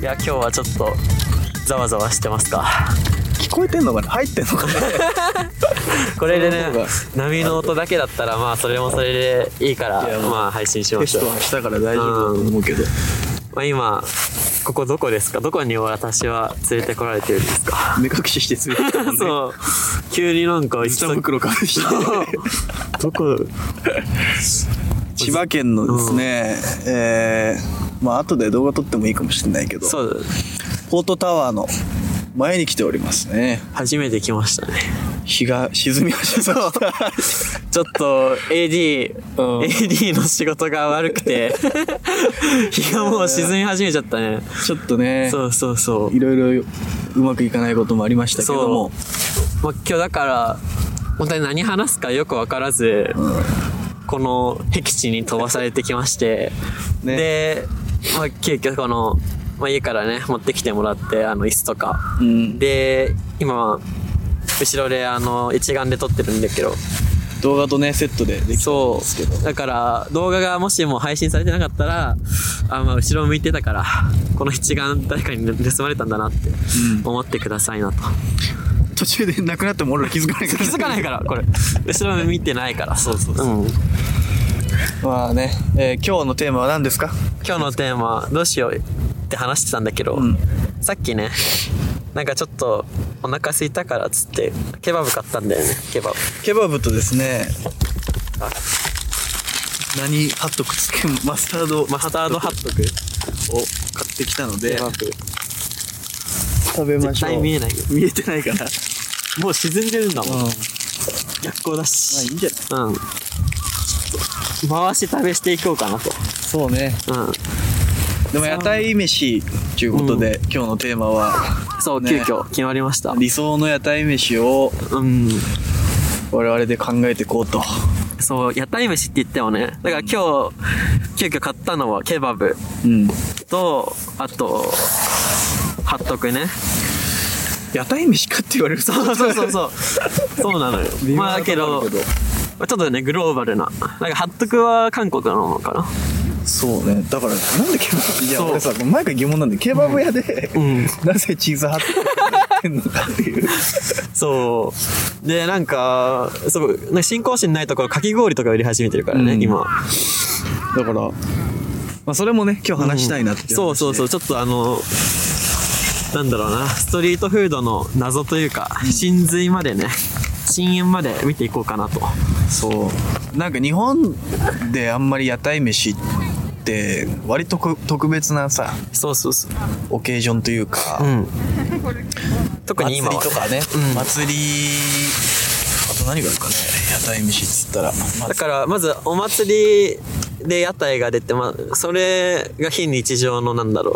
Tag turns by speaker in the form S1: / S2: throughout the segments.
S1: いや今日はちょっとざわざわしてます か
S2: 聞こえてんのかな入ってんのかな
S1: これでね
S2: その方が
S1: 波の音だけだったらまあそれもそれでいいから
S2: いやもう
S1: まあ配信しま
S2: テ
S1: し
S2: ス
S1: ょう
S2: トはしたから大丈夫だと思うけど
S1: まあ今ここどこですかどこに私は連れてこられてるんです か
S2: 目隠ししてつい てたもんね
S1: そう急になんか行き
S2: 下
S1: 先
S2: 袋かぶして
S1: どこ
S2: 千葉県のですね、えー、まあ後で動画撮ってもいいかもしれないけ ど
S1: そう
S2: ポートタワーの前に来ておりますね
S1: 初めて来ましたね
S2: 日が沈み始めました
S1: ちょっと AD、
S2: うん
S1: AD の仕事が悪く て 日がもう沈み始めちゃったね
S2: ちょっとね
S1: そうそうそう
S2: いろいろうまくいかないこともありましたけども
S1: まあ、今日だから本当に何話すかよく分からず、この僻地に飛ばされてきまして、
S2: ね
S1: で、まあ、急遽この、まあ、家からね持ってきてもらってあの椅子とか、
S2: うん
S1: で今後ろであの一眼で撮ってるんだけど
S2: 動画とねセットでできたん
S1: そ
S2: ですけど
S1: うだから動画がもしも配信されてなかったらあ、まあ、後ろ向いてたからこの一眼誰かに盗まれたんだなって思ってくださいなと。
S2: 途中でなくなっても俺ら気づかないか ら
S1: 気づかないからこれ後ろ見てないからそうそうう、ん、
S2: まあね、えー今日のテーマは何ですか
S1: 今日のテーマどうしようって話してたんだけど、
S2: うん
S1: さっきねなんかちょっとお腹空いたからっつってケバブ買ったんだよねケバブ
S2: ケバブとですね
S1: あ
S2: 何ハットくっつけマスタード
S1: マスタードハットク
S2: を買ってきたので
S1: ケバブ
S2: 食べま
S1: 絶
S2: しょ
S1: 対
S2: う
S1: 見えないよ
S2: 見えてないから
S1: もう沈んでるんだもん、
S2: まあ
S1: 逆光だ
S2: い
S1: し
S2: いんじゃない
S1: うん回し食べしていこうかなと
S2: そうね
S1: うん
S2: でも屋台飯ということで、今日のテーマは
S1: そう、
S2: ね
S1: 急遽決まりました
S2: 理想の屋台飯を
S1: うん
S2: 我々で考えていこうと
S1: そう屋台飯って言ってもねだから今日急遽買ったのはケバブ
S2: うん
S1: とあとハットクね
S2: 屋台飯かって言われると
S1: そうそうそうそうそうなのよ
S2: 微妙
S1: まあだ
S2: なと
S1: け
S2: こ
S1: ど
S2: あるけど
S1: まあちょっとねグローバルななんかハットクは韓国なのかな
S2: そうねだからなんでケバブいや
S1: そう
S2: 俺さ前から疑問なんでケバブ屋で、
S1: ん
S2: なぜチーズハットクやってんのかっていう
S1: そうでなんかすごいなんか新興市にないところかき氷とか売り始めてるからね、
S2: うん
S1: 今
S2: だからまあそれもね今日話したいなってい
S1: そうそうそううちょっとあのなんだろうなストリートフードの謎というか、真髄までね深淵まで見ていこうかなと
S2: そうなんか日本であんまり屋台飯って割とこ特別なさ
S1: そうそうそう
S2: オケージョンというか、
S1: うん特に今
S2: 祭り
S1: は
S2: とかね、
S1: うん
S2: 祭りあと何があるかね屋台飯っつったら、ま
S1: だからまずお祭りで屋台が出て、まあ、それが非日常のなんだろ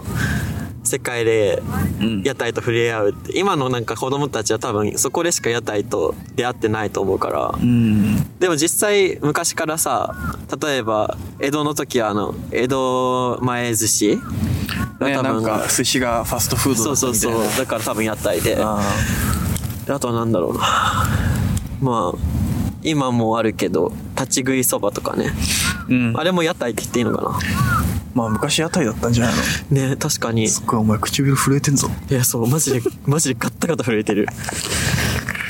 S1: う世界で
S2: うん
S1: 屋台と触れ合うって今のなんか子供たちは多分そこでしか屋台と出会ってないと思うから
S2: うん
S1: でも実際昔からさ例えば江戸の時はあの江戸前寿司が
S2: ね、
S1: 多
S2: な
S1: 分、
S2: んか寿司がファストフード
S1: そう
S2: だった
S1: そ
S2: み
S1: う
S2: たいな
S1: そうだから多分屋台で
S2: あ
S1: であとはなんだろうなまあ今もあるけど立ち食いそばとかね
S2: ーうん
S1: あれも屋台って言っていいのか
S2: まあ昔屋台だったんじゃないの
S1: なね確かにい
S2: すっごいお前唇震えてんぞ
S1: やそうマジでマジでガッタガタ震えてる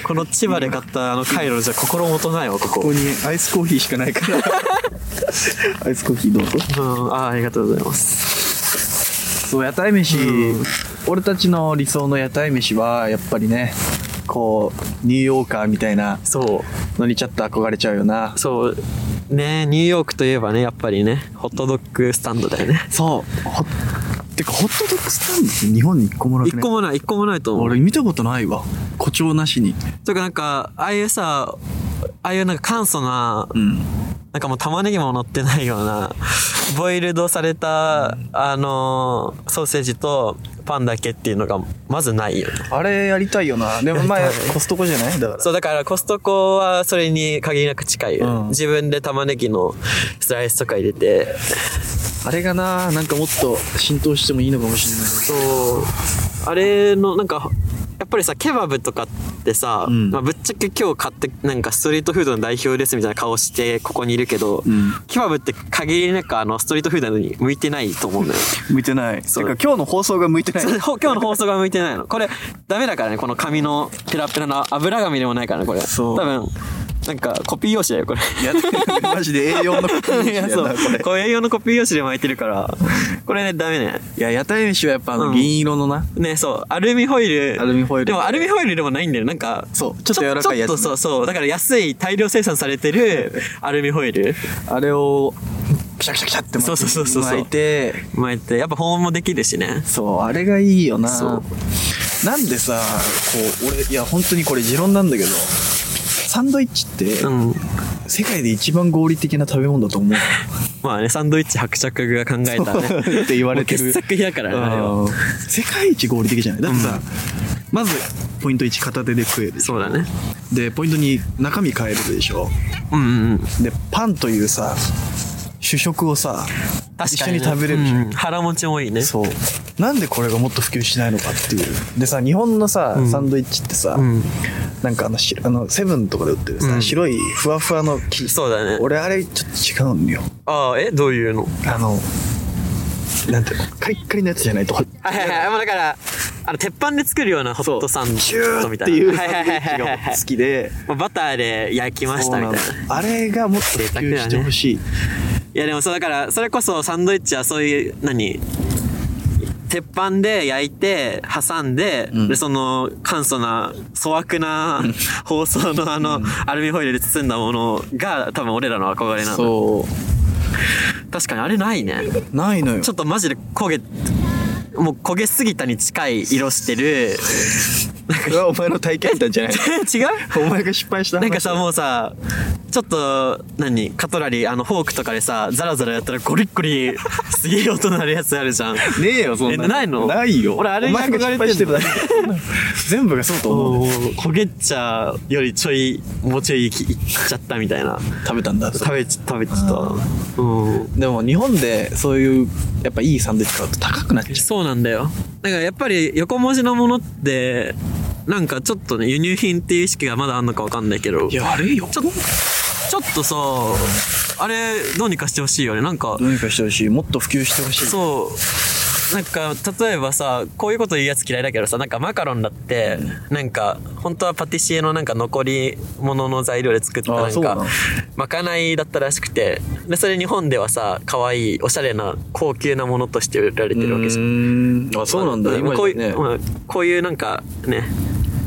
S1: この千葉で買ったあのカイロじゃ心もとないわこ
S2: ここ
S1: こ
S2: にアイスコーヒーしかないから アイスコーヒーどうぞ
S1: うんあーありがとうございます
S2: そう屋台飯、俺たちの理想の屋台飯はやっぱりねこうニューヨーカーみたいな
S1: そ
S2: のにちょっと憧れちゃうよな
S1: うそうねニューヨークといえばねやっぱりねホットドッグスタンドだよね
S2: そうほてかホットドッグスタンドって日本に1個もなく
S1: 一
S2: ね
S1: 個もない一個もないと思う
S2: 俺見たことないわ誇張なしに
S1: というかなんかああいうさああいうなんか簡素な
S2: うん
S1: なんかもう玉ねぎも乗ってないような、ボイルドされた、あのーソーセージとパンだけっていうのが、まずないよね。
S2: あれやりたいよなでもまあ
S1: やりたい
S2: コストコじゃないだから
S1: そう、だからコストコはそれに限りなく近いよね、
S2: うん
S1: 自分で玉ねぎのスライスとか入れて、
S2: あれがななんかもっと浸透してもいいのかもしれない
S1: そう、あれの、なんか、やっぱりさ、ケバブとかってさ、
S2: うん
S1: まあ、ぶっちゃけ今日買ってなんかストリートフードの代表ですみたいな顔してここにいるけど、
S2: ん
S1: ケバブって限りなくあのストリートフードに向いてないと思 うんだよ。
S2: 向いてない。て
S1: そう
S2: か今日の放送が向いてない
S1: そ。れほ 今日の放送が向いてないの。これダメだからねこの紙のペラペラな油紙でもないからねこれ。
S2: そう
S1: 多分なんかコピー用紙だよこれ。
S2: いや、マジで栄養の確認
S1: い
S2: や
S1: や
S2: なこ
S1: そう
S2: れ。
S1: これ栄養のコピー用紙で巻いてるからこれねダメね
S2: いや、屋台飯はやっぱあ
S1: う
S2: の
S1: ん
S2: 銀色のな。
S1: ねそうアルミホイル
S2: アルミホイル
S1: でもアルミホイルでもないんだよなんか
S2: そうちょっと柔らかいやつ
S1: ちょっと
S2: ね
S1: そうそうだから安い大量生産されてるアルミホイル
S2: あれを、ピシャピシャピシャって巻いて
S1: そうそうそうそう
S2: 巻いて、
S1: 巻いてやっぱ保温もできるしね
S2: そう、あれがいいよな。
S1: そう
S2: なんでさ、こう、俺、いや、本当にこれ持論なんだけど、サンドイッチって、
S1: うん
S2: 世界で一番合理的な食べ物だと思う。
S1: まあねサンドイッチ伯爵が考えたね
S2: って言われてる
S1: もう傑作品だからねあれは
S2: 世界一合理的じゃないだってさ、まず、ポイント1片手で食えるでし
S1: そ
S2: ょ
S1: うだね
S2: で、ポイント2中身変えるでしょ。
S1: うんうんうん
S2: で、パンというさ、主食をさ、
S1: 確
S2: 一
S1: か
S2: 緒
S1: にね、
S2: に食べれるじゃん。
S1: うん腹持ちもいいね
S2: そうなんでこれがもっと普及しないのかっていうでさ日本のさ、サンドイッチってさ、
S1: ん
S2: なんかあのしあのセブンとかで売ってるさ、
S1: うん
S2: 白いふわふわの生地
S1: そうだね
S2: 俺あれちょっと違うんよ
S1: ああえどういうの
S2: あのなんていうのカリッカリのやつじゃないと
S1: はいはいはいもうだからあの鉄板で作るようなホットサン
S2: キュ
S1: ド
S2: ー
S1: み
S2: ったて
S1: いな
S2: いうサ
S1: はい
S2: ンド
S1: は
S2: イ
S1: いはい
S2: ッチ
S1: はい
S2: が
S1: はい
S2: 僕好きで
S1: まあバターで焼きましたみたいな。
S2: そうなのあれがもっと普及してほしい、
S1: いやでもそうだから、それこそサンドイッチはそういう、何鉄板で焼いて、挟んで、
S2: ん
S1: で、その、簡素な、粗悪な、包装のあの、アルミホイルで包んだものが、多分俺らの憧れなの。
S2: そ
S1: 確かにあれないね。
S2: うないのよ
S1: ちょっとマジで焦げ、もう焦げすぎたに近い色してる。
S2: これはお前の体験談じゃない
S1: 違う
S2: お前が失敗した話
S1: なんかさもうさちょっと何カトラリーあのフォークとかでさザラザラやったらゴリッゴリすげえ音なるやつあるじゃん
S2: ねえよそん
S1: え
S2: な
S1: ないの
S2: ないよ
S1: 俺あれに
S2: お前が
S1: 憧れてんの
S2: 失敗してるだけ全部がそうと思
S1: お
S2: う
S1: ー焦げ茶よりちょいもうちょいいきいっちゃったみたいな
S2: 食べたんだ
S1: 食べち食べちゃったうん
S2: でも日本でそういうやっぱいいサンドイッチ買うと高くなっちゃ
S1: そうなんだよだからやっぱり横文字のものってなんかちょっとね輸入品っていう意識がまだあんのかわかんないけど
S2: ういや悪いよ
S1: ちょちょっとさあれどうにかしてほしいよねなんか
S2: どうにかしてほしいもっと普及してほしい
S1: そうなんか例えばさこういうこと言うやつ嫌いだけどさなんかマカロンだってなんか本当はパティシエのなんか残り物の材料で作った
S2: あ
S1: な
S2: そ
S1: ん
S2: うなの
S1: かまかないだったらしくてでそれ日本ではさ可愛いおしゃれな高級なものとして売られてるわけじゃん。
S2: んあそうなんだ
S1: まあ
S2: 今
S1: こういう、
S2: ね
S1: まあこういうなんかね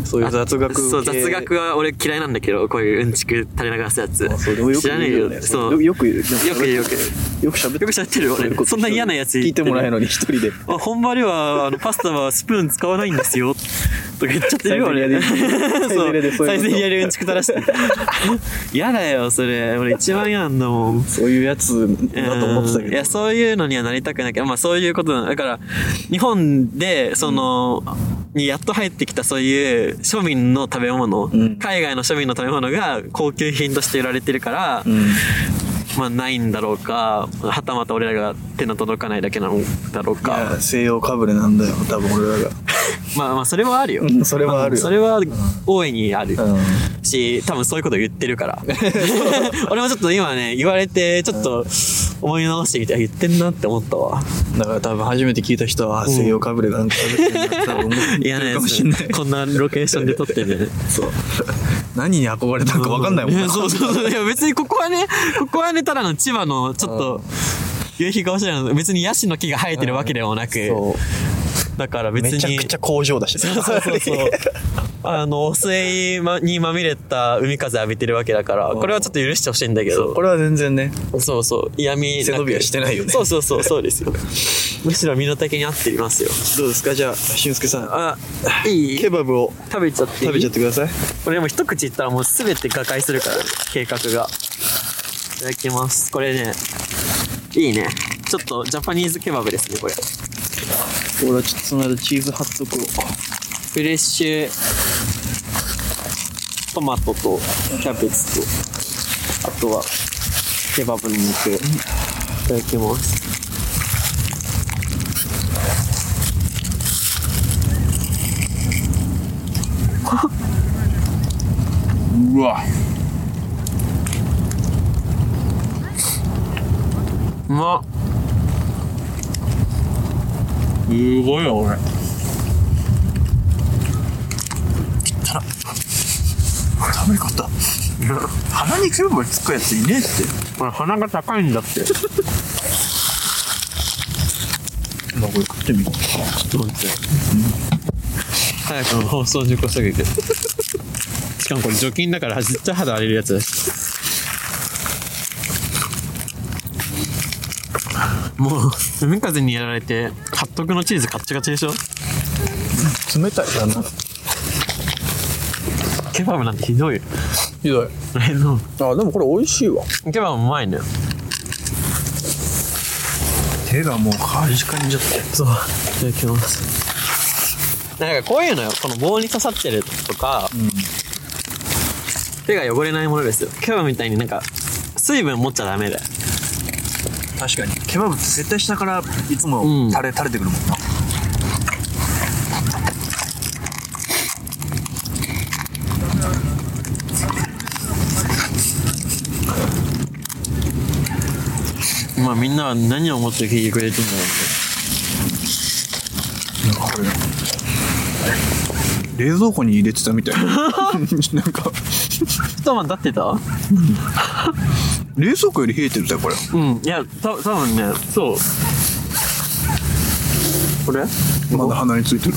S2: そういう雑
S1: あ
S2: 学系
S1: そう雑学は俺嫌いなんだけどこういううんちく垂れ流すやつ
S2: あそうでもよく
S1: 知らねえ
S2: 言うよ
S1: よ
S2: ね
S1: そう
S2: よく言うでも
S1: よく言うよく言う
S2: よく喋って
S1: よく喋ってる俺
S2: ういうこと
S1: そんな嫌なやつ言
S2: 聞
S1: ってる
S2: いてもらえるのに一人 で
S1: あ本場ではあのパスタはスプーン使わないんですよとか言っちゃってるよ俺
S2: サイゼリヤで
S1: そう
S2: サイゼリヤでそういうこと
S1: サイゼリヤでうんちく垂らして嫌だよそれ俺一番嫌なんだもん
S2: そういうやつだと思ってた
S1: う
S2: け
S1: ん
S2: ど
S1: いやそういうのにはなりたくないけどまあそういうことなのだから日本でその、にやっと入ってきたそういう庶民の食べ物、
S2: ん
S1: 海外の庶民の食べ物が高級品として売られてるから、
S2: うん
S1: まあないんだろうかはたまた俺らが手の届かないだけなのだろう
S2: い
S1: か
S2: や西洋かぶれなんだよ多分俺らが
S1: まあまあそれはあるよ、
S2: うんそれはあるよ
S1: それは大いにある
S2: うん
S1: し、多分そういうこと言ってる から俺もちょっと今ね言われてちょっと思い直してみてあ言ってんなって思ったわ
S2: だから多分初めて聞いた人は、あ西洋かぶれなんか食べてるなって多分思って
S1: いや
S2: る
S1: ね
S2: かもしれない。
S1: こんなロケーションで撮って ね
S2: そう。何に憧れたのか分かんないもん
S1: い
S2: な
S1: や。そうそうそういや別にここはねここはねただの千葉のちょっと夕日がおしゃれな別にヤシの木が生えてるわけでもなく、
S2: そう
S1: だから別に
S2: めちゃくちゃ工場だしね。。
S1: そうそうそうそうあの、汚水まにまみれた海風浴びてるわけだから、これはちょっと許してほしいんだけど
S2: こ。れは全然ね。
S1: そうそう。嫌味なく
S2: 背伸びはしてないよね
S1: そうそうそう、そうです よ。むしろ身の丈に合っていますよ。
S2: どうですかじゃあ、俊介さん。
S1: あ、いい
S2: ケバブを
S1: 食べちゃっていい
S2: 食べちゃってください。
S1: 俺でも一口いったらもう全て瓦解するから、計画が。いただきます。これね、いいね。ちょっとジャパニーズケバブですね、これ。
S2: 俺はちょっとその間チーズ貼っとこう。
S1: フレッシュトマトとキャベツとあとはケバブの肉いただきます
S2: うわ
S1: うまっ
S2: すごいよこれたら食べなかった鼻に全部つくやついねえって
S1: これ鼻が高いんだって
S2: まあこれ食ってみよ
S1: どうって早くも放送事故すぎてしかもこれ除菌だから絶対肌荒れるやつだしもう海風にやられてカットのチーズカッチカチでしょ
S2: う冷たいあの
S1: ケバブなんてひどいよ
S2: ひどい
S1: あの
S2: あでもこれ美味しいわ
S1: ケバブうまいね
S2: 手がもうカリカリになっちゃって
S1: そういただきますなんかこういうのよこの棒に刺さってるとか、手が汚れないものですよケバブみたいになんか水分持っちゃダメだよ
S2: 確かにケバブって絶対下からいつ
S1: うん
S2: も垂れ,、垂れてくるもんな
S1: まあみんなは何を思って聞いてくれてんだろう
S2: なんかこれ冷蔵庫に入れてたみ たいなんか
S1: けど。一晩経ってた
S2: 冷蔵庫より冷えてるぜこれ
S1: うん。いや、た多分ね、そう。これあ、
S2: まだ鼻についてる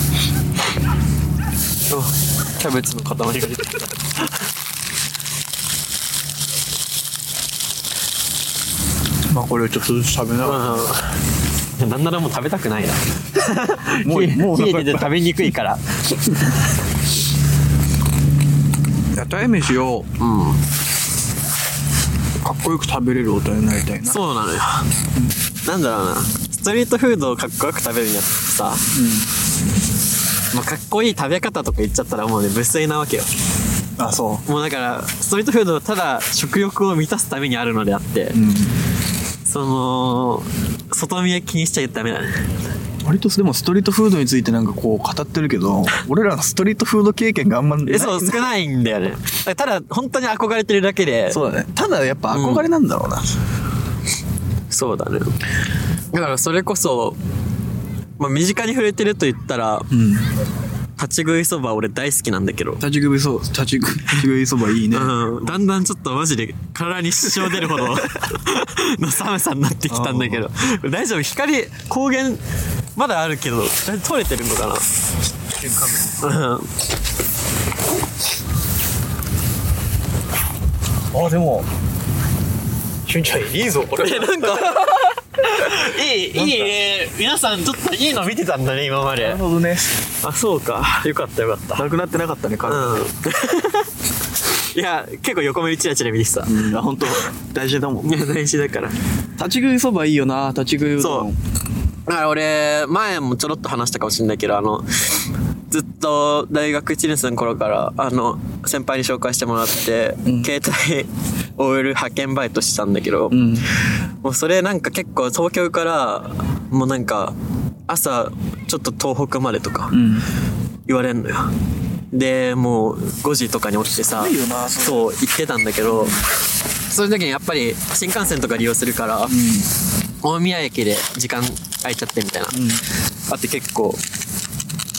S1: キャベツの塊が出てきた。
S2: まあこれをちょっとずつ食べながら
S1: うん。なんならもう食べたく ないな。
S2: もうもうお腹
S1: 冷
S2: い
S1: えて
S2: っぱい
S1: て食べにくいから。
S2: 屋台飯を
S1: うん。
S2: かっこよく食べれる大人になりたいな
S1: そうなのよ。なんだろうな。ストリートフードをかっこよく食べるんやつってさ、まあ、かっこいい食べ方とか言っちゃったらもうね、無粋なわけよ。
S2: あそ
S1: もうだから、ストリートフードはただ食欲を満たすためにあるのであって、
S2: う、うん、
S1: その外見は気にしちゃダメだね
S2: 割とでもストリートフードについてなんかこう語ってるけど俺らのストリートフード経験があんまない
S1: えそう少ないんだよねただ本当に憧れてるだけで
S2: そうだねただやっぱ憧れなんだろうな、
S1: そうだねだからそれこそ、まあ、身近に触れてると言ったら
S2: うん
S1: 立ち食いそば俺大好きなんだけど
S2: 立ち食いそ立ち食い立ち食いそばいいね
S1: うん、だんだんちょっとマジで体に支障出るほど の寒さになってきたんだけど大丈夫光光源まだあるけど取れてるのか なうん
S2: あでもしゅんちゃんいいぞこれ
S1: えなんか いいいいね皆さんちょっといいの見てたんだね今まで
S2: ほどね
S1: あそうかよかったよかった
S2: なくなってなかったねカ
S1: うんいや結構横目にチラチラ見てた、
S2: うん、あ本当大事だもん
S1: いや大事だから
S2: 立ち食いそばいいよな立ち食いうどん
S1: だから俺前もちょろっと話したかもしれないけどあのずっと大学1年生の頃からあの先輩に紹介してもらって、
S2: うん
S1: 携帯 OL 派遣バイトしたんだけど、
S2: ん
S1: もうそれなんか結構東京からもうなんか朝ちょっと東北までとか
S2: うん
S1: 言われんのよでもう5時とかに起きてさ
S2: いよなそ
S1: そう行ってたんだけどそういう時にやっぱり新幹線とか利用するから、大宮駅で時間空いちゃってみたいな、
S2: ん
S1: あって結構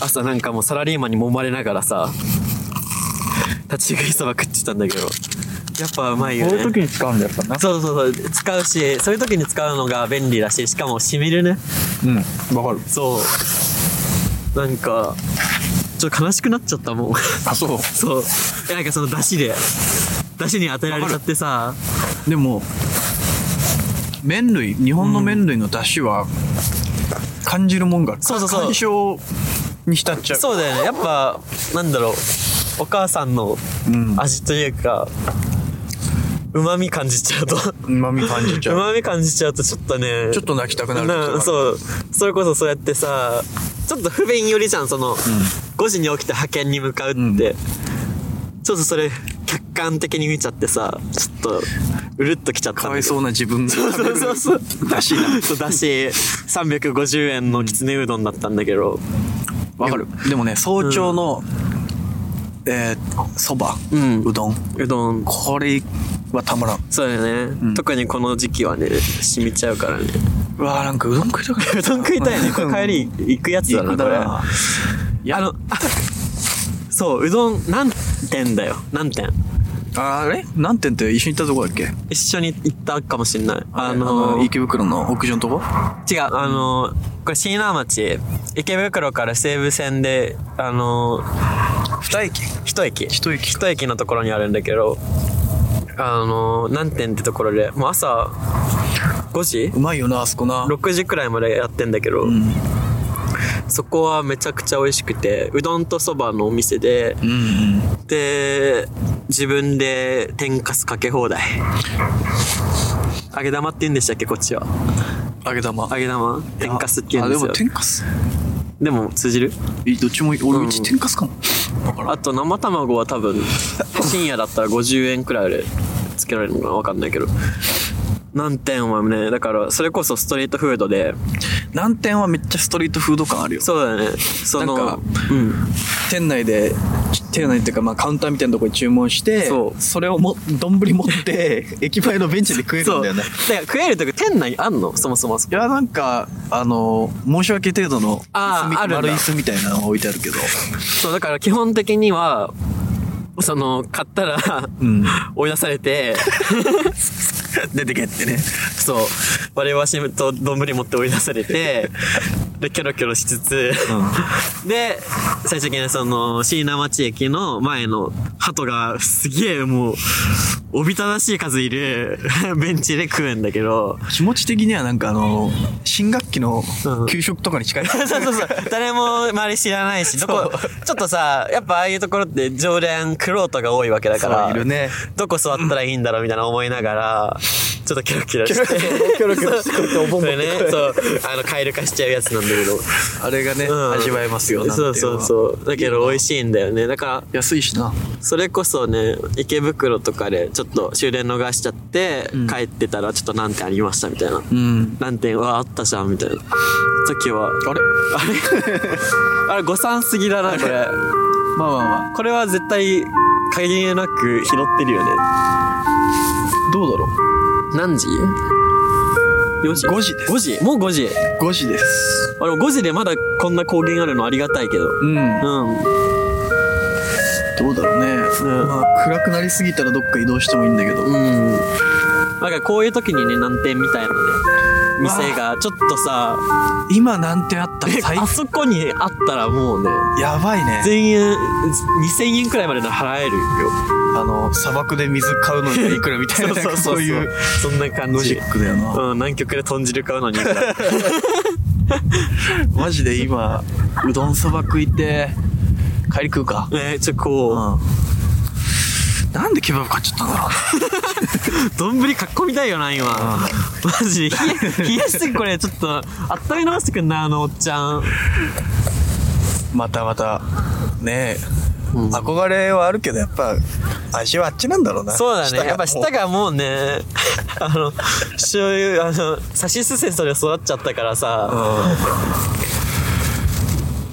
S1: 朝なんかもうサラリーマンに揉まれながらさ立ち食いそば食ってたんだけどやっぱうまいよね
S2: に使うんだやっぱな
S1: そうそうそう使うしそういう時に使うのが便利だししかもしみるね
S2: うんわかる
S1: そうなんかちょっと悲しくなっちゃったもん
S2: あそう
S1: そういやなんかその出汁で出汁に当てられちゃってさ
S2: でも麺類日本の麺類の出汁は感じるもんがある、
S1: そうそうそう
S2: 干渉に浸っちゃう
S1: そうだよねやっぱなんだろうお母さんの
S2: うん
S1: 味というかうまみ感じちゃうと
S2: うまみ感じち
S1: う
S2: ゃう
S1: まみ感じちゃうとちょっとね
S2: ちょっと泣きたくなる
S1: なそうそれこそそうやってさちょっと不便よりじゃんその、5時に起きて派遣に向かうって、
S2: うん
S1: ちょっとそれ客観的に見ちゃってさちょっとうるっときちゃったんだけ
S2: か
S1: ど
S2: わいそうな自分が
S1: そうそうそうそう
S2: だしな
S1: そうだし350円のきつねうどんだったんだけど
S2: わかるでもね早朝の、えー、そば、
S1: うん
S2: うどん。
S1: うどん
S2: これはたまらん。
S1: そうだよね、特にこの時期はね染みちゃうからね
S2: うわーなんかうどん食いたくな
S1: うどん食いたい ねこれ帰り行くやつだなこれ
S2: な。
S1: いやあの あそううどん何点だよ何点
S2: あれ何点って一緒に行ったとこだっけ
S1: 一緒に行ったかもしれないあ
S2: あ
S1: の
S2: の、池袋の屋上のとこ
S1: 違う、あの、これ椎名町、池袋から西武線で、あの、
S2: 二駅
S1: 一駅。
S2: 一駅
S1: 一駅のところにあるんだけど、あの、何点ってところで、もう朝、5時
S2: うまいよな、あそこな。
S1: ?6 時くらいまでやってんだけど、そこはめちゃくちゃ美味しくて、うどんとそばのお店で、
S2: うんうん。
S1: で、自分で天かすかけ放題。揚げ玉って言うんでしたっけ、こっちは。
S2: 揚げ玉。
S1: 揚げ玉天かすって言
S2: あ、
S1: うん
S2: で
S1: です
S2: も
S1: よ。
S2: 天かす。
S1: でも通じる
S2: えどっちもいい、俺うち天かすかも。だからん。
S1: あと生卵は多分深夜だったら50円くらいでつけられるのかなわかんないけど何点はねだからそれこそストリートフードで
S2: 南天はめっちゃストリートフード感あるよ。
S1: そうだねその
S2: なんか
S1: うん
S2: 店内で、店内っていうか、まあカウンターみたいなとこに注文して、
S1: そう
S2: それをも、丼持 って、駅前のベンチで食える
S1: そ
S2: ん
S1: う
S2: だよね。
S1: から食えるとこ店内あんのそもそもあそ
S2: い
S1: こ
S2: や、なんか、あの、申し訳程度の
S1: あー
S2: 椅子み
S1: あるんだ
S2: 丸椅子みたいなのが置いてある けど。
S1: そうだから基本的にはその買ったら
S2: うん。
S1: 追い出されて
S2: 出てけってね。
S1: そう割り箸と丼持って追い出されてでキョロキョロしつつで、最終的にその、椎名町駅の前の鳩がすげえもう、おびただしい数いるベンチで食うんだけど、
S2: 気持ち的にはなんかあの、新学期の
S1: うん
S2: 給食とかに近 い。
S1: そうそうそう。誰も周り知らないし、どこ、ちょっとさ、やっぱああいうところって常連、クロートが多いわけだから、
S2: そういるね
S1: どこ座ったらいいんだろうみたいな思いながら、ちょっとキョロキョロして。
S2: キョロキョロしてこうやっておぼん
S1: そ
S2: ぼ
S1: れ
S2: ん
S1: ね、そう、あの、カエル化しちゃうやつなんだけど。
S2: あれがね、
S1: うん
S2: 味わえますよ。なんてい
S1: そ
S2: の
S1: う
S2: は
S1: そうそう。だけど美味しいんだよね。だから、
S2: 安いしな。
S1: それこそね池袋とかでちょっと終電逃しちゃって、帰ってたらちょっと何点ありましたみたいな、
S2: うん。
S1: 何点はあったじゃんみたいな時は
S2: あれ
S1: あれ誤算すぎだなこれ
S2: まあまあま
S1: これは絶対限りなく拾ってるよね
S2: あ。どうだろ
S1: 何時 ?4 時
S2: 5時です
S1: 5時もう5時
S2: う ?5 時です。
S1: あれ5時でまだこんな光源あるのありがたいけど
S2: うん。
S1: うん
S2: どうだろうね。まあ、暗くなりすぎたらどっか移動してもいいんだけど。
S1: うん。なんかこういう時にね難点みたいなね店がちょっとさ
S2: 今なんてあったら
S1: え
S2: 最
S1: あそこにあったらもうね
S2: やばいね。
S1: 全円2000円くらいまでなら払えるよ
S2: あの、砂漠で水買うのにいくらみたい な、なんかそういう
S1: そんな感
S2: ロジ
S1: じ
S2: ックだよな。
S1: うん南極で豚汁買う のにいくら
S2: マジで今、うどんそば食いて、帰り食うか。
S1: えーちょこ
S2: うん。なんでケバブ買っちゃったんだろうね。
S1: う丼かっこみたいよな今 マジで 冷え冷やしてこれちょっとあっため直してくんなあのおっちゃん
S2: またまた、ねえ、憧れはあるけど、やっぱ、味はあっちなんだろうな。
S1: そうだね
S2: が
S1: やっぱ
S2: も
S1: 舌
S2: う
S1: がもうね あの醤油あのさしすせそで育っちゃったからさ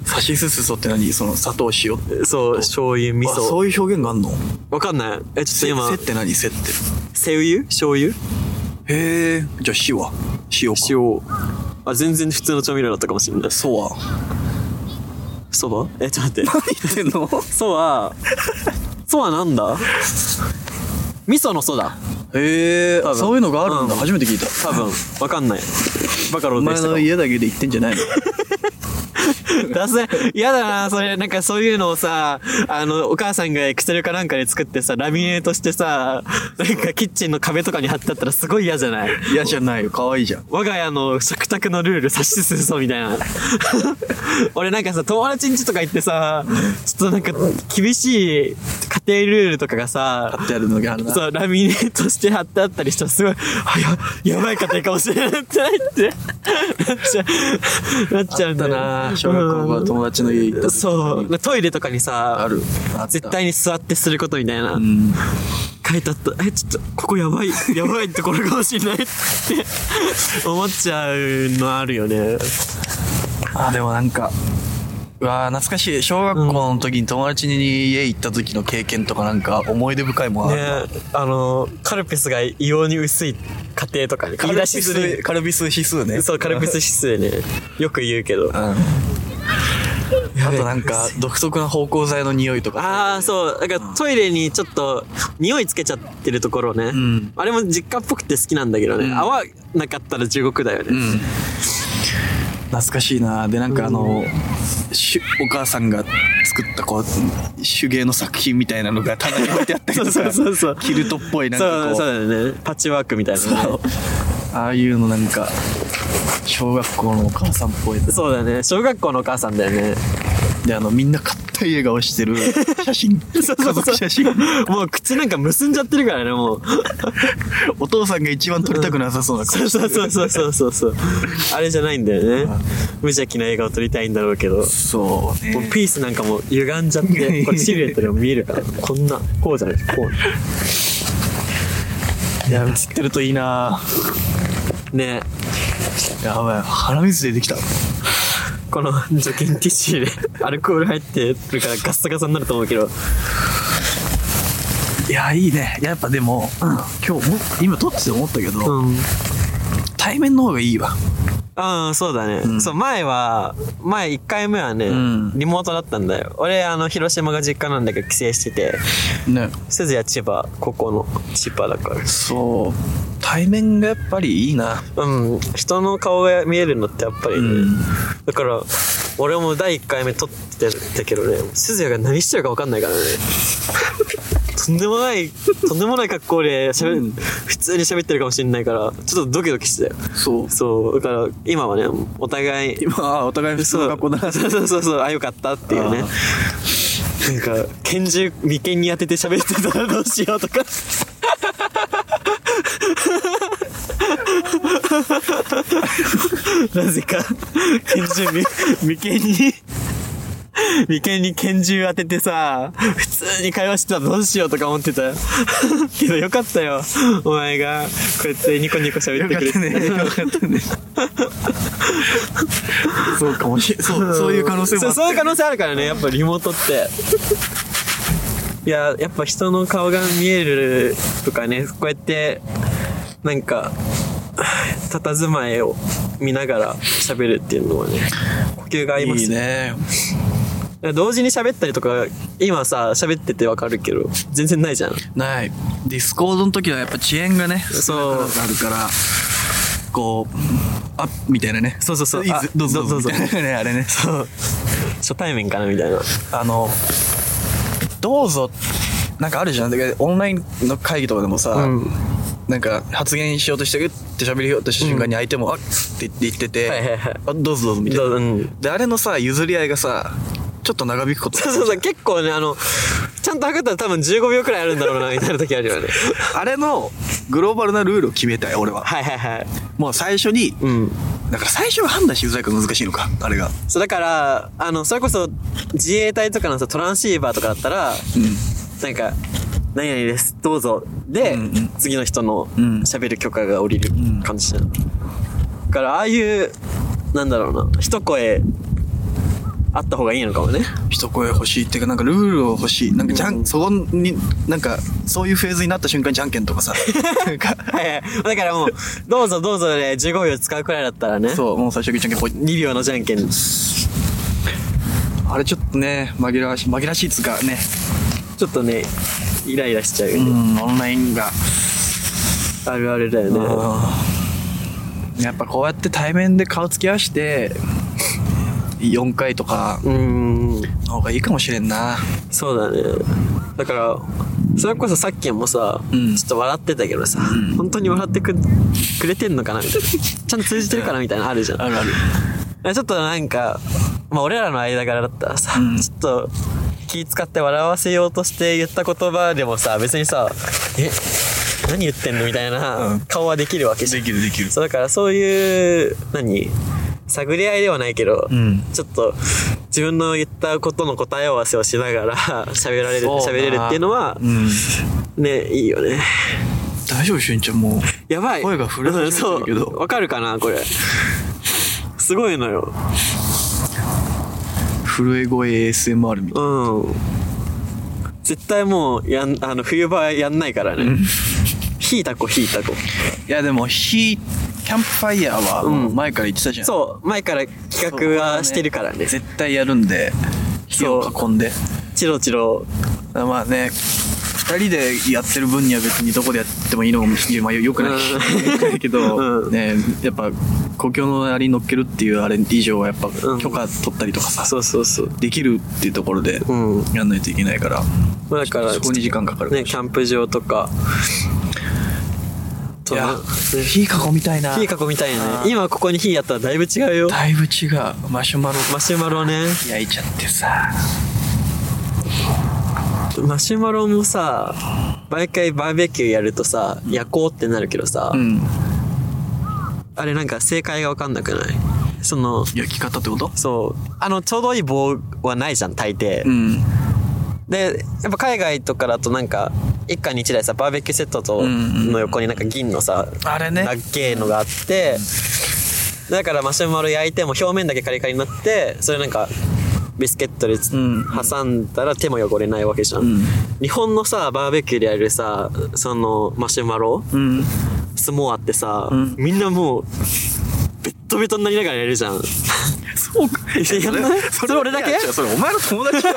S2: さしすすそって何その砂糖塩って
S1: そう醤油味
S2: あ
S1: 噌
S2: そういう表現があんの
S1: わかんないえち
S2: せ
S1: ょっと
S2: せ
S1: 今
S2: って何せって
S1: 背油醤油
S2: へえじゃあ塩は塩か
S1: 塩あ全然普通の調味料だったかもしれない
S2: そうは
S1: そばえちょっと待って
S2: 何言ってんの
S1: そばそばなんだ味噌のそだ
S2: へえ
S1: 分
S2: そういうのがあるんだ、
S1: うん
S2: 初めて聞いた
S1: 多分わかんないバカロ
S2: お
S1: ンで
S2: 前
S1: し
S2: の
S1: た
S2: 家だけで言ってんじゃないの
S1: かも出せ嫌 だなそれなんかそういうのをさあのお母さんがエクセルかなんかで作ってさラミネートしてさなんかキッチンの壁とかに貼ってあったらすごい嫌じゃ ない
S2: 嫌じゃないよ可愛いじゃん
S1: 我が家の食卓のルール指しすぞみたいな俺なんかさ友達ん家とか行ってさちょっとなんか厳しい家庭ルールとかがさ
S2: ってやるのがあるな
S1: そうラミネートして貼ってあったりしたらすごいあややばい家庭かもしれないってなってなっちゃうなっちゃうんだな
S2: 小学校が友達の家行った
S1: うん
S2: 時
S1: そうトイレとかにさ
S2: あるあった
S1: 絶対に座ってすることみたいな、
S2: ん
S1: 書いてあったえちょっとここやばいやばいところかもしれ ないって思っちゃうのあるよね
S2: あでもなんかうわー懐かしい。小学校の時に友達に家行った時の経験とかなんか思い出深いもんある。
S1: ねあのカルピスが異様に薄い家庭とかね言い出しづらい
S2: カルビス指数ね。
S1: そうカルピス指数ねよく言うけど
S2: うん。あとなんか独特な芳香剤の匂いとか。
S1: ああそうだからトイレにちょっと匂いつけちゃってるところね、
S2: ん
S1: あれも実家っぽくて好きなんだけどね、泡なかったら地獄だよね、
S2: 懐かしいな。でなんかあの、しゅお母さんが作ったこう、手芸の作品みたいなのが棚に置いてあったりと か。
S1: そうそうそうそう
S2: キルトっぽいなんか
S1: そう
S2: こ
S1: そう
S2: う。
S1: だよねパッチワークみたいな、ね、
S2: そうああいうのなんか、小学校のお母さんっぽいやつ
S1: そうだね小学校のお母さんだよね
S2: であのみんな硬い笑顔し てる写真
S1: そうそうそう
S2: 家族写真
S1: もう口なんか結んじゃってるからねも う
S2: お父さんが一番撮りたくなさそうな
S1: そうそうそうそうそうそうそうあれじゃないんだよね無邪気な笑顔撮りたいんだろうけど
S2: そう
S1: もう
S2: ね
S1: ピースなんかもう歪んじゃ ってこれシルエットでも見えるからこんなこうじゃないこう
S2: いや映ってるといいな
S1: ね
S2: やばい鼻水出てきた
S1: この除菌ティッシュでアルコール入ってるからガッサガサになると思うけど
S2: いやいいねやっぱでも、今日も今撮ってて思ったけど、
S1: うん
S2: 対面の方がいいわ
S1: ああそうだね、そう前は前1回目はね、
S2: ん
S1: リモートだったんだよ俺あの広島が実家なんだけど帰省してて
S2: ね
S1: 鈴谷千葉ここの千葉だから
S2: そう対面がやっぱりいいな
S1: うん人の顔が見えるのってやっぱりね、
S2: うん
S1: だから俺も第1回目撮ってたけどね鈴谷が何してるか分かんない からねとんでもないとんでもない格好で喋る、普通に喋ってるかもしれないからちょっとドキドキしてたよ
S2: そう
S1: そうだから今はねお互い
S2: 今あお互い普通の格好だな
S1: そうそうそうそうあよかったっていうね
S2: あ
S1: なんか拳銃眉間に当てて喋ってたらどうしよう とかなぜか拳銃眉眉間に眉間に拳銃当ててさ普通に会話してたらどうしようとか思ってたよけどよかったよお前がこうやってニコニコ喋ってくれて
S2: よかったね。 そうかもしれそう、そういう可能性もあ
S1: そう
S2: る
S1: そういう可能性あるからねやっぱリモートっていややっぱ人の顔が見えるとかねこうやってなんか佇まいを見ながら喋るっていうのはね呼吸が合います
S2: いいね。
S1: 同時に喋ったりとか今さ喋っててわかるけど全然ないじゃん
S2: ない。ディスコードの時はやっぱ遅延がね、
S1: そう
S2: 少なからずあるから、こう、あっ、みたいなね。
S1: そうそうそう
S2: いい
S1: あ
S2: どうぞ
S1: どうぞ
S2: みた いなね、あれね。そう。
S1: 初対面かなみたいな
S2: あの、どうぞ、なんかあるじゃん。だからオンラインの会議とかでもさ、
S1: うん
S2: なんか発言しようとして、うって喋りようとした瞬間に相手も、あっって言ってて、
S1: はいはいはい
S2: あどうぞどうぞみたいな。
S1: うん
S2: であれのさ譲り合いがさちょっと長引くこと
S1: そうそうそう結構ねあのちゃんと測ったら多分15秒くらいあるんだろうなみたいな時あるよね
S2: あれのグローバルなルールを決めたい 俺は
S1: はいはいはい
S2: もう最初に、
S1: うん
S2: だから最初は判断しづらいから難しいのかあれが
S1: そうだからあのそれこそ自衛隊とかのさトランシーバーとかだったら、なんか「何々ですどうぞ」で、
S2: うんうん
S1: 次の人の
S2: ん
S1: 喋る許可が下りる感じじゃん、だからああいうなんだろうな一声あった方がいいのかもね
S2: 一声欲しいっていうかなんかルールを欲しいなんかじゃん、そこになんかそういうフェーズになった瞬間にじゃんけんと かさなんか
S1: はいはいだからもう「どうぞどうぞ」で15秒使うくらいだったらね
S2: そうもう最初にじゃんけんぽい
S1: 2秒のじゃんけんち
S2: あれちょっとね紛らわしい紛らわしいっつうかね
S1: ょっとねイライラしちゃうよ
S2: う
S1: ね、
S2: んオンラインが
S1: あるあるだよね、
S2: やっぱこうやって対面で顔つき合わせて4回とか
S1: うん
S2: の方がいいかもしれんな
S1: そうだねだからそれこそさっきもさ、
S2: うん
S1: ちょっと笑ってたけどさ、本当に笑ってくくれてんのかなみたいなちゃんと通じてるかなみたいなのあるじゃん
S2: る ある
S1: ちょっとなんか、まあ、俺らの間柄だったらさ、
S2: うん
S1: ちょっと気使って笑わせようとして言った言葉でもさ別にさ「え何言ってんの?」みたいな顔はできるわけじゃん、
S2: きるできる
S1: そうだからそういう何探り合いではないけど、
S2: ん
S1: ちょっと自分の言ったことの答え合わせをしながら 喋られる
S2: そうだ
S1: 喋れるっていうのは
S2: うん
S1: ねいいよね
S2: 大丈夫しゅんちゃんもう
S1: やばい
S2: 声が震え
S1: うん
S2: 始め
S1: そ
S2: てるけど
S1: うわかるかなこれすごいのよ
S2: 震え声 ASMR みたい
S1: うん絶対もうやんあの冬場はやんないからね引いた子引いた子
S2: ないやでも火キャンプファイヤーはもう前から言ってたじゃん、
S1: そう前から企画はしてるからね
S2: 絶対やるんで火を囲んで
S1: チロチロ
S2: まあね2人でやってる分には別にどこでやってもいいのかもしれないまあよくないけど、
S1: うん
S2: ねやっぱ公共のあれに乗っけるっていうあれ以上はやっぱ
S1: ん
S2: 許可取ったりとかさ、
S1: そうそうそう
S2: できるっていうところで
S1: うん
S2: やんないといけないから、
S1: まあだから
S2: そこに時間かかる、
S1: ねキャンプ場とか
S2: い
S1: と
S2: や
S1: ね
S2: 火囲みたいな
S1: 火囲みたいね今ここに火やったらだいぶ違うよ
S2: だいぶ違うマシュマロ
S1: マシュマロね
S2: 焼いちゃってさ
S1: マシュマロもさ毎回バーベキューやるとさ焼こうってなるけどさ、
S2: うん
S1: あれなんか正解が分かんなくないその
S2: 焼き方ってこと
S1: そうあのちょうどいい棒はないじゃん大抵、
S2: うん
S1: でやっぱ海外とかだとなんか一家に一台さバーベキューセットと
S2: うん
S1: の横になんか銀のさ、
S2: あれね
S1: だっけーのがあって、だからマシュマロ焼いても表面だけカリカリになってそれなんかビスケットでつ、
S2: うん
S1: 挟んだら手も汚れないわけじゃん、
S2: ん
S1: 日本のさバーベキューでやるさそのマシュマロ
S2: うん
S1: スモアってさ、
S2: ん
S1: みんなもうベットベトになりながらやるじゃん
S2: そうか
S1: やんないそれ俺だ
S2: い
S1: け
S2: や違うそれお前の友達だよ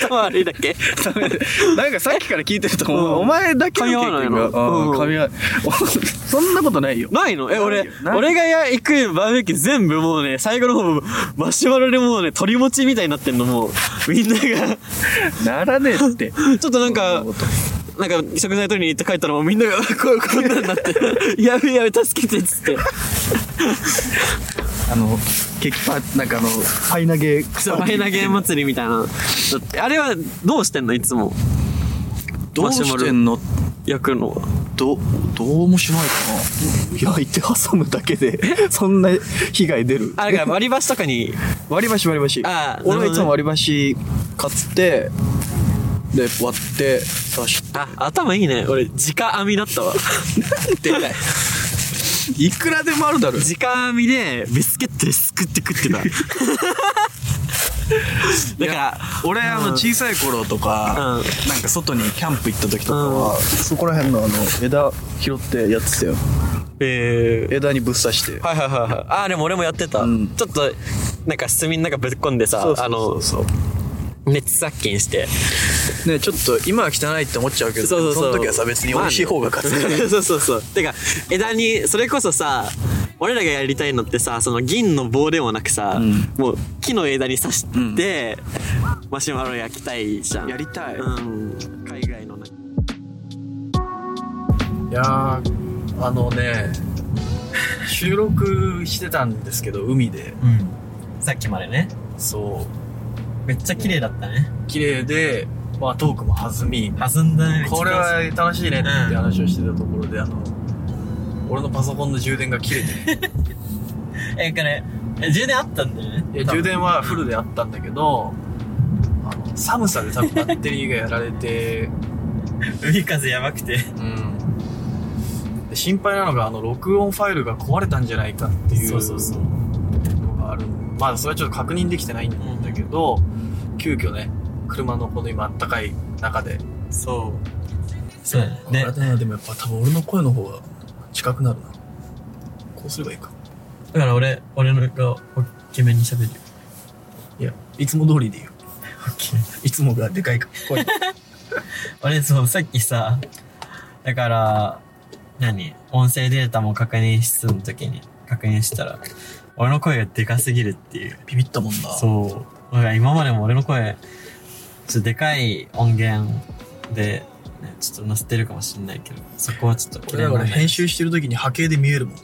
S1: 頭悪いだけ
S2: ダメだよなんかさっきから聞いてると思う、
S1: うん
S2: お前だけの経験が
S1: 噛み合わないの
S2: うん
S1: うん
S2: 噛み合わないそんなことないよ
S1: ないのえ、
S2: ない
S1: 俺
S2: よ、ない
S1: 俺がや行くバーベキュー全部もうね、最後の方もマシュマロでもうね、鳥餅みたいになってんのもう、みんなが、
S2: ならねえって
S1: ちょっとなんか、なんか食材取りに行って帰ったらもうみんながこうこんなんなって、 やべやべ助けてっつって。
S2: あのケーキパーなんかあのパイ投げ
S1: そう、前投げ祭りみたいなの。だってあれはどうしてんのいつも。
S2: どうしてんの
S1: 焼くのは。
S2: どどうもしないかな焼いて挟むだけでそんな被害出る
S1: あ、だから割り箸とかに、
S2: 割り箸割り箸
S1: あーなる
S2: 俺は
S1: ほどね
S2: いつも割り箸買ってで割って刺して
S1: あ、頭いいね。俺、直編みだったわ。
S2: ないいくらでもあるだろ
S1: 直網でビスケットですくって食ってた だから
S2: 俺あの小さい頃とか、
S1: うん
S2: なんか外にキャンプ行った時とかは、そこら辺のあの枝拾ってやってたよ
S1: えー、
S2: 枝にぶっ刺して
S1: はいはいはいはいああでも俺もやってた、
S2: ん
S1: ちょっとなんか炭の中ぶっ込んでさ
S2: そうそうそう
S1: あの熱殺菌して
S2: ねちょっと今は汚いって思っちゃうけど
S1: そうそうそう
S2: の時はさ別に美味しい方が勝つ、
S1: まあね そうそうそうてか枝にそれこそさ俺らがやりたいのってさその銀の棒でもなくさ、
S2: ん
S1: もう木の枝に刺して、マシュマロ焼きたいじゃん
S2: やりたい
S1: うん海外のなんか
S2: いやーあのね収録してたんですけど海で
S1: さっきまでね
S2: そう
S1: めっちゃ綺麗だったね
S2: 綺麗で、まあ、トークも弾み
S1: 弾んだね
S2: これは楽しいねって話をしてたところで、あの俺のパソコンの充電が 切れてね
S1: えこれ充電あったんだよね
S2: いや充電はフルであったんだけどあの寒さで多分バッテリーがやられて、
S1: 海風やばくて
S2: うんで心配なのがあの録音ファイルが壊れたんじゃないかっていう
S1: そうそうそう
S2: のがあるまだそれはちょっと確認できてないんだけど、急遽ね車のこの今あったかい中で
S1: そうそう
S2: あれだなでもやっぱ多分俺の声の方が近くなるなこうすればいいか
S1: だから俺俺のが大きめに喋るよ
S2: いやいつも通りでいいよ
S1: 大き
S2: いつもがでかいか声
S1: 俺そうさっきさだから何音声データも確認室の時に確認したら俺の声がでかすぎるっていう
S2: ビビったもんな
S1: そうだから今までも俺の声ちょっとでかい音源で、ね、ちょっと載せてるかもしれないけどそこはちょっと
S2: 俺だから編集してる時に波形で見え るもん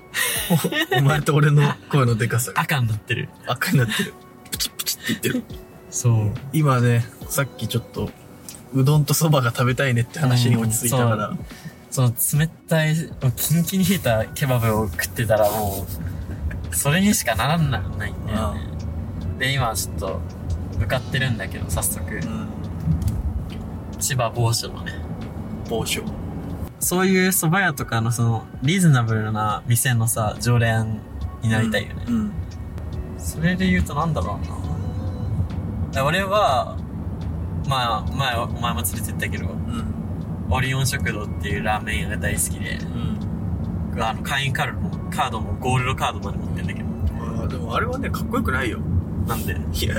S2: お前と俺の声のでかさが
S1: 赤になってる
S2: 赤になってるプチプチって言ってる
S1: そう
S2: 今ねさっきちょっとうどんとそばが食べたいねって話に落ち着いたから、
S1: うんその冷たいキンキンに冷えたケバブを食ってたらもうそれにしかならなないんだよねで今ちょっと向かってるんだけど早速
S2: うん
S1: 千葉某所のね
S2: 某所
S1: そういう蕎麦屋とかのそのリーズナブルな店のさ常連になりたいよね、
S2: うん
S1: それで言うとなんだろうなで俺は、まあ、前、お前も連れてったけど、
S2: うん
S1: オリオン食堂っていうラーメン屋が大好きで、
S2: うん
S1: あの、会員カードも、カードもゴールドカードまで持ってんだけど、
S2: あーでもあれはねかっこよくないよ
S1: なんで、
S2: いや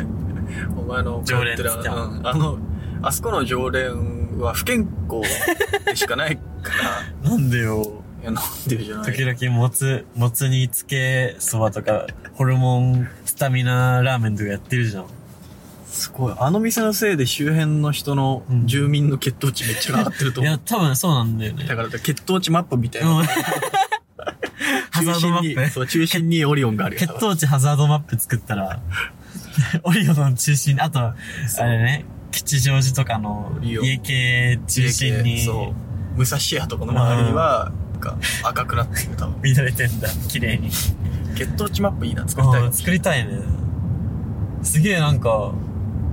S2: お前の
S1: 常連っつって
S2: う
S1: も
S2: ん、あのあそこの常連は不健康でしかないから
S1: なんでよ。
S2: いやなんでじゃない
S1: 時々もつ、もつ煮つけそばとか、ホルモンスタミナラーメンとかやってるじゃん。
S2: すごいあの店のせいで周辺の人の
S1: うん
S2: 住民の血糖値めっちゃ上がってると
S1: い
S2: 思う、
S1: や、多分そうなんだよね。
S2: だから血糖値マップみたいな、
S1: うん ハザー
S2: 中
S1: ド
S2: 心
S1: マ
S2: に
S1: ップ
S2: そう中心にオリオンがあるよ
S1: 血糖値ハザードマップ作ったら、 オリオンの中心、あと、あ
S2: そう
S1: れね、吉祥寺とかの
S2: いいよ
S1: 家系中心に
S2: そう武蔵屋とかの周りはなんか赤くなってる多分
S1: 見られてんだ、綺麗に。
S2: 血糖値マップいいな作りたい
S1: うん作りたいね。すげえなんか、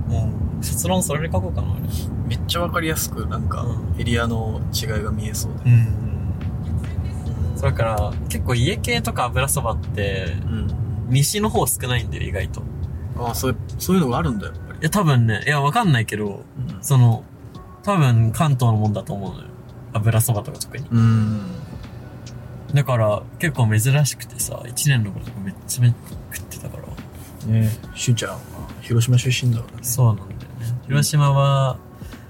S1: もう、卒論それで書こうかな、俺。
S2: めっちゃわかりやすくなんか
S1: う
S2: エリアの違いが見えそうで
S1: うん。それから、結構家系とか油そばって、
S2: うん
S1: 西の方少ないんだよ、意外と。い
S2: ああそうそういうのがあるんだやっぱり、
S1: や、多分ね、いや、わかんないけど、その、多分関東のもんだと思うのよ。油そばとか特に。
S2: うん、うん、
S1: だから、結構珍しくてさ、一年の頃とかめっちゃめっちゃ食ってたから。
S2: ねえしゅんちゃんは広島出身だからね
S1: そうなんだよね。広島は、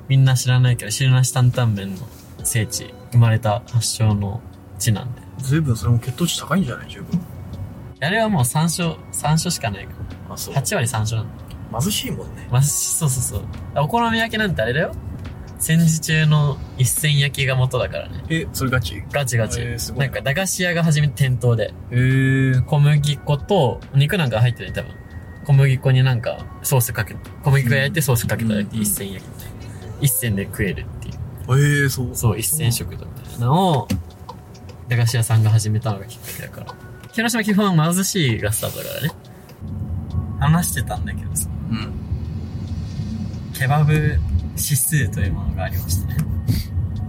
S1: みんな知らないけど、汁なし担々麺の聖地、生まれた発祥の地なんで。
S2: 随分それも血糖値高いんじゃない十分
S1: あれはもう山椒、山椒しかないか
S2: あそ
S1: ら。8割山椒なんだ。
S2: う貧しいもんね
S1: まあ、そうそうそう。お好み焼きなんてあれだよ。戦時中の一銭焼きが元だからね。
S2: えそれガチへ
S1: ガチガチ。
S2: えーすごい
S1: な
S2: なん
S1: か駄菓子屋が初めて店頭で。
S2: えー、
S1: 小麦粉と、肉なんか入ってない多分。小麦粉になんかソースかけ、小麦粉焼いてソースかけたら
S2: うん
S1: 一銭焼きみたいな。一銭で食えるっていう。
S2: えー、そう
S1: そう、一銭食堂みたいなのを、駄菓子屋さんが始めたのがきっかけだから。広島基本貧しいがスタートだからね。話してたんだけどさ、
S2: うん
S1: ケバブ指数というものがありまして ね。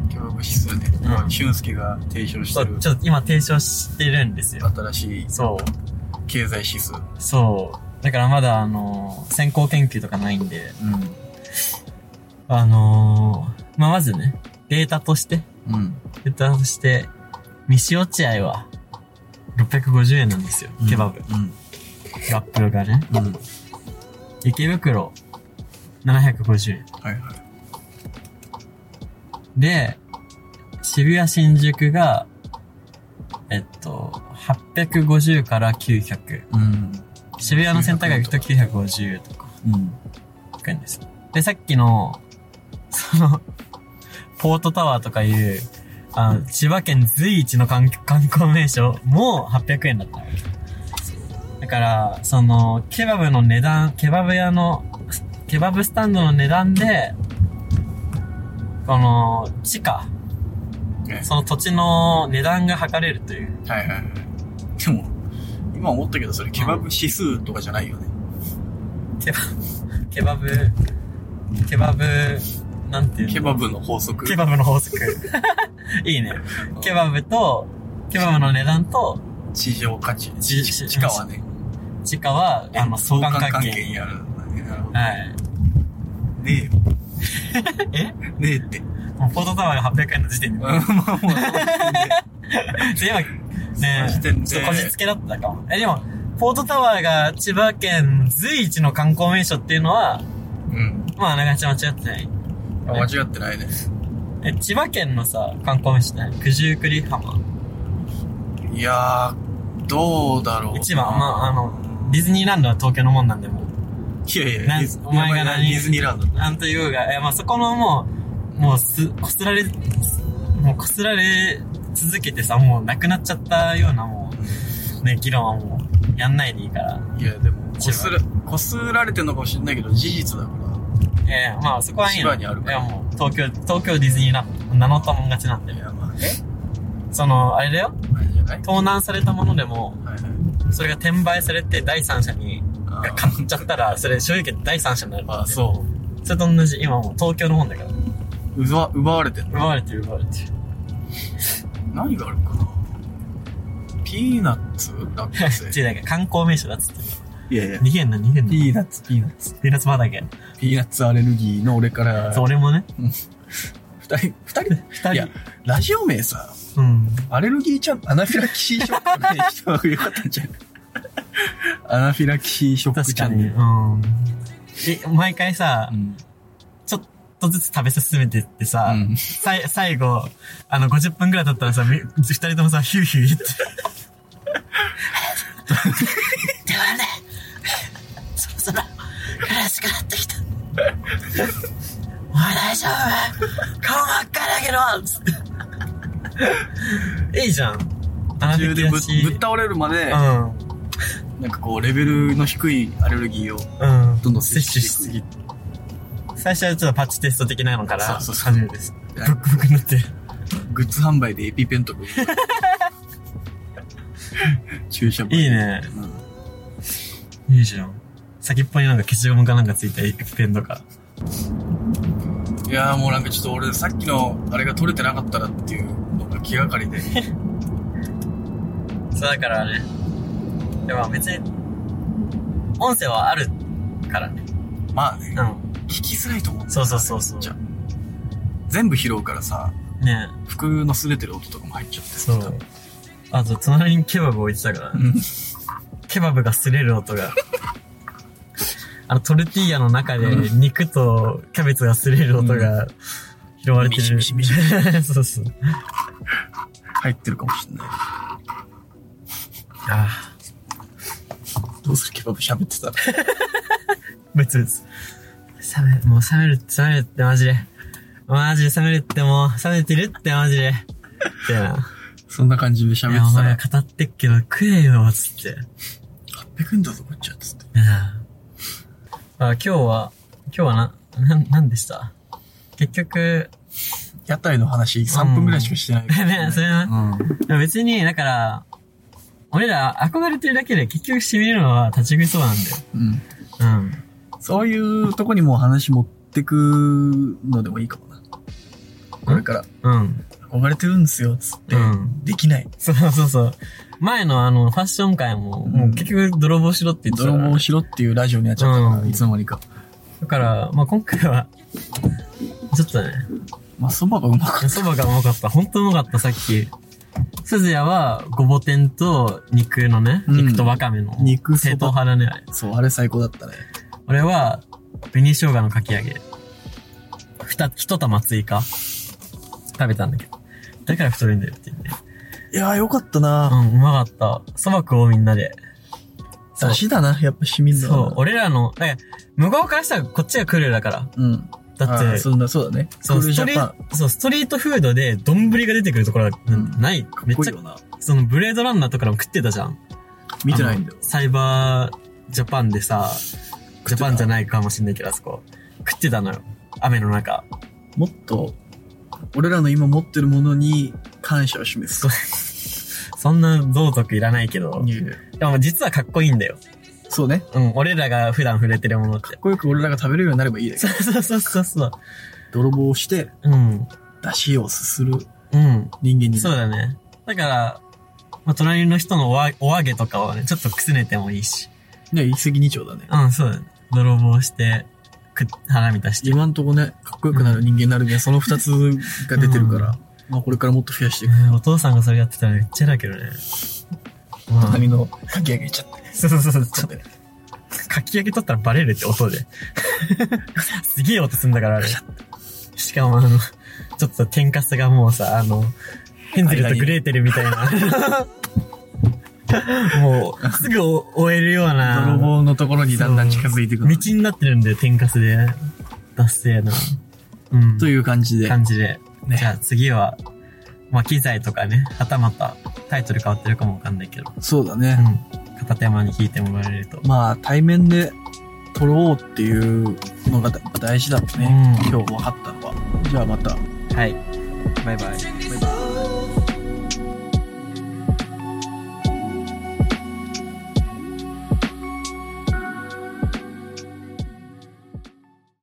S2: ケバブ指数ね
S1: うん
S2: 俊介が提唱し
S1: そ
S2: て
S1: う、
S2: る
S1: ちょっと今提唱してるんですよ。
S2: 新しい
S1: そう。
S2: 経済指数
S1: そう。だからまだあの、先行研究とかないんで、
S2: う
S1: あのー、まあ、まずね、データとして、
S2: んうん
S1: データとして、西落合は、650円なんですよ。ケバブ。
S2: うん
S1: ラップがね。
S2: うん
S1: 池袋、750円。
S2: はいはい
S1: で、渋谷新宿が、えっと、850から900。
S2: うん
S1: 渋谷のセンター街行くと950とか、
S2: うん
S1: 行くんですよ。で、さっきの、その、ポートタワーとかいう、あの、千葉県随一の観観光名所も800円だったわけ。だから、その、ケバブの値段、ケバブ屋の、ケバブスタンドの値段で、この、地価、
S2: ね
S1: その土地の値段が測れるという。
S2: はいはいはい。でも、今思ったけど、それケバブ指数とかじゃないよね。
S1: ケバ、ケバブ、ケバブ、なんていうの
S2: ケバブの法則。
S1: ケバブの法則。 いいね。ケバブと、ケバブの値段と、
S2: 市場価値。
S1: 市
S2: 地地価はね。
S1: 地価は、あの、相関関係。
S2: にあるんだね。なるほど。
S1: はい。
S2: ね
S1: え
S2: えよ。ねえって。
S1: もうポートタワーが800円の時点
S2: うん
S1: で。
S2: まあもう、
S1: で今、ね
S2: その時
S1: ちょっ
S2: 点で
S1: とこじつけだったかも。え、でも、ポートタワーが千葉県随一の観光名所っていうのは、
S2: うん。
S1: まあ、あながち間違ってない。
S2: あ間違ってないね。
S1: え、千葉県のさ、観光名所って何九十九里浜。
S2: いやー、どうだろう。
S1: 一番、まあ、あの、ディズニーランドは東京のもんなんで、もう。
S2: いやいや、
S1: なん
S2: ディズ
S1: お前が何
S2: ディズニーランド。
S1: なんというが、え、まあ、そこのもう、もうす、こすられ、もうこすられ続けてさ、もうなくなっちゃったようなもう、ね、議論はもう、やんないでいいから。
S2: いや、でも、こすら、こすられてんのかもしれないけど、事実だか
S1: えーまあ、そこはいいの。
S2: 千葉にある
S1: い
S2: から
S1: や、もう、東京、東京ディズニーランド、名乗ったもん勝ちなん
S2: ら。
S1: で
S2: い。や、まあね。
S1: その、あれだよ、
S2: あれじゃない
S1: 盗難されたものでも、
S2: はいはい。
S1: それが転売されて第三者に、
S2: あ
S1: が
S2: ー
S1: 買っちゃったら、それ所有権第三者になるんだって。
S2: あー、そう。
S1: それと同じ、今もう東京のもんだから。
S2: 奪奪われてんの
S1: 奪われてる奪われてる。
S2: 何があるかなピーナッツ落花
S1: 違
S2: 生
S1: う、な んか観光名所だっつって。
S2: いやいや
S1: 逃げんな、逃げんな。
S2: ピーナッツピーナッツ
S1: ピーナッツバーだけ。
S2: ピーナッツアレルギーの俺から
S1: そう、俺もね。
S2: 二人二人
S1: 人
S2: いやラジオ名さ
S1: うん。
S2: アレルギーちゃんアナフィラキシーショックとかにした方がよかったんじゃんアナフィラキシーショック
S1: 確
S2: ちゃ
S1: か
S2: ん
S1: に。
S2: ね
S1: うん。え、毎回さ、ちょっとずつ食べ進めてってさ、
S2: うん
S1: さい最後、あの、50分くらい経ったらさ、み二人ともさ、ヒューヒュー言って。ではね、 そろそろ、苦しくなってきた。お前大丈夫顔真っ赤だ けどいいじゃん。あ
S2: 途中でぶぶっ
S1: ぶ
S2: 倒れるまで、
S1: うん。
S2: なんかこうレベルの低いアレルギーを
S1: うん。
S2: どんどん
S1: 摂取しすぎ。最初はちょっとパッチテスト的なのから
S2: そうそうそう
S1: 始めるです。ブ
S2: はい
S1: ックブックになって。
S2: グッズ販売でエピペンとか注射
S1: いいね。いいじゃん。先っぽになんか消しゴムかなんかついたエピペンとか。
S2: いやーもうなんかちょっと俺さっきのあれが取れてなかったらっていうのが気がかりで
S1: そうだからね。でも別に、音声はあるからね。
S2: まあね
S1: うん。
S2: 聞きづらいと思う
S1: そうそうそうそう。
S2: じゃ全部拾うからさ
S1: ね
S2: 服の擦れてる音とかも入っちゃって
S1: そ
S2: 多
S1: う
S2: 分。
S1: あと、隣にケバブ置いてたから、
S2: うん
S1: ケバブが擦れる音が。あの、トルティーヤの中で肉とキャベツが擦れる音が拾われてる。
S2: ミシミシ
S1: そうそう。
S2: 入ってるかもしんない
S1: ああ、
S2: どうするケバブ喋ってたら
S1: 別々。冷め、もう冷める、冷めるってマジで。マジで冷めるってもう、冷めてるってマジで。ってな。
S2: そんな感じで喋
S1: いや、
S2: っ
S1: お
S2: てた
S1: 前
S2: ら
S1: は語ってっけど食えよ、つって。
S2: 800円だぞこっちはつって
S1: ああ、今日は、今日はな、な、なんでした結局、
S2: 屋台の話3分ぐらいしかしてないか ら
S1: ね、それ
S2: う
S1: な、
S2: ん
S1: 別に、だから、俺ら憧れてるだけで結局しみるのは立ち食いそうなん
S2: うん
S1: だよ。うん。
S2: そういうとこにもう話持ってくのでもいいかもな。これから、
S1: うん。
S2: 憧れてるんですよ、つって、
S1: うん
S2: できない。
S1: そうそうそう。前のあの、ファッション界も、もう結局泥棒しろって言ってた
S2: 泥
S1: から、
S2: 棒しろっていうラジオになっちゃったから、
S1: うん
S2: いつの間にか。
S1: だから、まあ今回は、ちょっとね、
S2: まあ、そばがうまかっ
S1: 蕎麦がうまかった。本当うまかった、さっき。鈴谷は、ごぼ天と肉のね、
S2: うん
S1: 肉とわかめの。
S2: 肉そば
S1: 正統派だね。
S2: た。そう、あれ最高だったね。
S1: 俺は、紅生姜のかき揚げ。ふた、一玉追加。食べたんだけど。だから太るんだよって言って。
S2: いやーよかったな、
S1: うん、うまかった。蕎麦食おうみんなで。そう
S2: だしだな、やっぱしみんな。
S1: そう、俺らの、だから、向こうからしたらこっちが来るだから。
S2: うん。
S1: だっ
S2: あー
S1: て、
S2: そんな、そうだね。
S1: そう、
S2: クール
S1: ス
S2: ジ
S1: ト
S2: ャ
S1: リ
S2: パ
S1: ート、そう、ストリートフードで、丼が出てくるところなんてない。
S2: ン。
S1: めっ
S2: かっこ
S1: ち
S2: い
S1: ゃ
S2: いよ、な。
S1: そのブレードランナーとかでも食ってたじゃん。
S2: 見てないんだよ
S1: あの。サイバージャパンでさ、
S2: た
S1: ジャパンじゃないかもしんないけど、あそこ。食ってたのよ。雨の中。
S2: もっと、俺らの今持ってるものに感謝を示す。
S1: そんな道徳いらないけど。でも実はかっこいいんだよ。
S2: そうね。
S1: うん、俺らが普段触れてるものっ
S2: か
S1: て
S2: っ。こよく俺らが食べれるようになればいいだけ
S1: そうそうそうそうそう。
S2: 泥棒をして、
S1: うん。
S2: 出汁をすする
S1: うん。
S2: 人間に
S1: そうだね。だから、まあ、隣の人のおわお揚げとかはね、ちょっとくすねてもいいし。
S2: ね、一石二鳥だね。
S1: うん、そうだね。泥棒して、くっ、腹満たして。
S2: 今んとこね、かっこよくなる人間になるにはその二つが出てるから、まあこれからもっと増やしていく。
S1: うんお父さんがそれやってたらめっちゃだけどね。まあ
S2: 波のかき上げちゃって。
S1: そうそうそう。ち
S2: ち
S1: ょ
S2: ょ
S1: っ
S2: っ
S1: と
S2: と、
S1: かき上げ取ったらバレるって音 で。すげえ音すんだから、あれ。しかもあの、ちょっと天かすがもうさ、あの、ヘンゼルとグレーテルみたいな。もう、すぐお終えるような。
S2: 泥棒のところにだんだん近づいていくのね
S1: 道になってるんだよ、天かすで。ダッセーな。うん。
S2: という感じで。
S1: 感じで。
S2: ね
S1: じゃあ次は、まあ、機材とかね、はたまたタイトル変わってるかもわかんないけど、
S2: そうだ
S1: う
S2: ね。
S1: ん。片手間に聞いてもらえると。
S2: まあ対面で撮ろうっていうのが大事だもんね。
S1: うん
S2: 今日分かったのは。じゃあまた。
S1: はい。バイバイ。
S3: Send me